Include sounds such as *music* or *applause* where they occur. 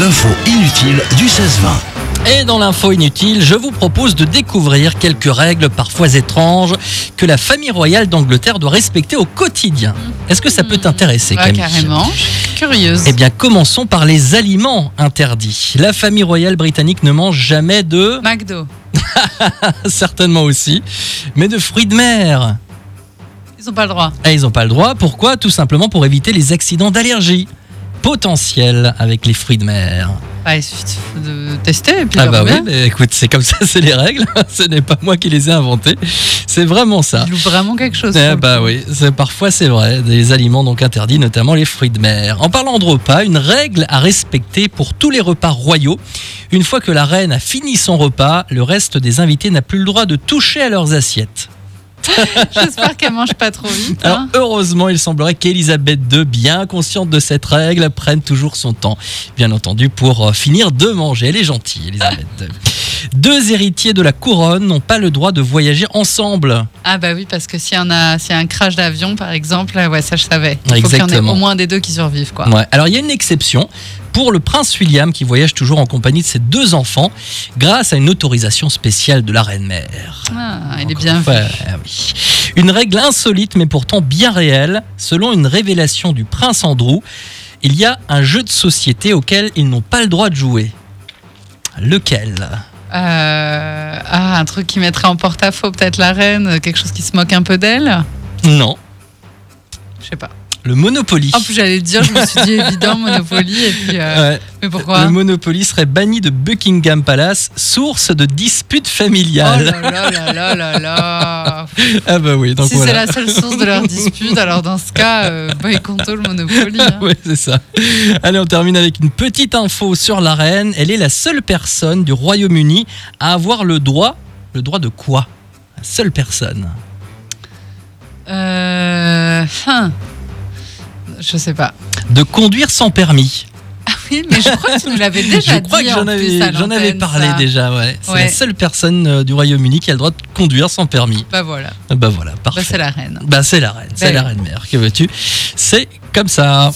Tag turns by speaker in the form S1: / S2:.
S1: l'info inutile du 16-20.
S2: Et dans l'info inutile, je vous propose de découvrir quelques règles parfois étranges que la famille royale d'Angleterre doit respecter au quotidien. Est-ce que ça peut t'intéresser,
S3: Hmm. Ouais,
S2: Camille
S3: carrément. Je suis curieuse.
S2: Eh bien, commençons par les aliments interdits. La famille royale britannique ne mange jamais de,
S3: *laughs* McDo.
S2: *laughs* certainement aussi, mais de fruits de mer.
S3: Ils n'ont pas le droit.
S2: Et ils n'ont pas le droit. Pourquoi Tout simplement pour éviter les accidents d'allergie potentiels avec les fruits de mer.
S3: Bah, il suffit de de tester et puis
S2: Ah
S3: leur
S2: bah oui,
S3: dire.
S2: mais écoute, c'est comme ça, c'est les règles. *laughs* Ce n'est pas moi qui les ai inventées. C'est vraiment ça.
S3: Ils louent vraiment quelque chose.
S2: Eh
S3: pour le
S2: bah
S3: coup.
S2: oui, c'est- parfois c'est vrai, des aliments donc interdits, notamment les fruits de mer. En parlant de repas, une règle à respecter pour tous les repas royaux. Une fois que la reine a fini son repas, le reste des invités n'a plus le droit de toucher à leurs assiettes.
S3: *laughs* J'espère qu'elle mange pas trop vite.
S2: Alors
S3: hein.
S2: heureusement, il semblerait qu'Elisabeth II, bien consciente de cette règle, prenne toujours son temps, bien entendu, pour euh, finir de manger. Elle est gentille, Elisabeth II. Deux héritiers de la couronne n'ont pas le droit de voyager ensemble.
S3: Ah bah oui, parce que s'il y, en a- s'il y a un crash d'avion, par exemple, euh, ouais, ça je savais. Il faut qu'il y en ait
S2: Exactement. Mm.
S3: au moins des deux qui survivent. quoi.
S2: Ouais. Alors il y a une exception pour le prince William qui voyage toujours en compagnie de ses deux enfants grâce à une autorisation spéciale de la reine mère.
S3: Ah, il est
S2: Encore
S3: bien
S2: une
S3: vu.
S2: fois, ah oui. Une règle insolite mais pourtant bien réelle, selon une révélation du prince Andrew, il y a un jeu de société auquel ils n'ont pas le droit de jouer. Lequel
S3: Euh, ah, un truc qui mettrait en porte-à-faux peut-être la reine, euh, quelque chose qui se moque un peu d'elle.
S2: Non,
S3: Je sais pas.
S2: le Monopoly.
S3: En plus, j'allais le dire, je me suis
S2: *laughs*
S3: dit évident, Monopoly. Et puis, euh,
S2: Ouais,
S3: mais pourquoi
S2: le Monopoly serait banni de Buckingham Palace, source de disputes
S3: Oh
S2: familiales.
S3: là là là là là là.
S2: ah bah oui, donc
S3: Oh, si
S2: voilà.
S3: c'est la seule source de leur dispute, alors dans ce cas, euh, boycottons le Monopoly. hein.
S2: Ah Ouais, c'est ça. Allez, on termine avec une petite info sur la reine. Elle est la seule personne du Royaume-Uni à avoir le droit. Le droit de quoi La seule personne.
S3: Euh, hein. Je sais pas. *laughs* Ah
S2: De conduire sans permis.
S3: Oui, mais je crois que tu nous l'avais déjà
S2: Je crois
S3: dit
S2: que
S3: en
S2: j'en
S3: plus
S2: avais,
S3: à
S2: j'en avais
S3: l'antenne,
S2: parlé
S3: ça.
S2: déjà. Ouais. C'est la
S3: Ouais.
S2: seule personne euh, du Royaume-Uni qui a le droit de conduire sans permis.
S3: Bah voilà,
S2: Bah voilà,
S3: bah,
S2: parfait.
S3: c'est la reine.
S2: Bah, c'est la reine, c'est
S3: oui.
S2: la reine mère. Que veux-tu C'est comme ça.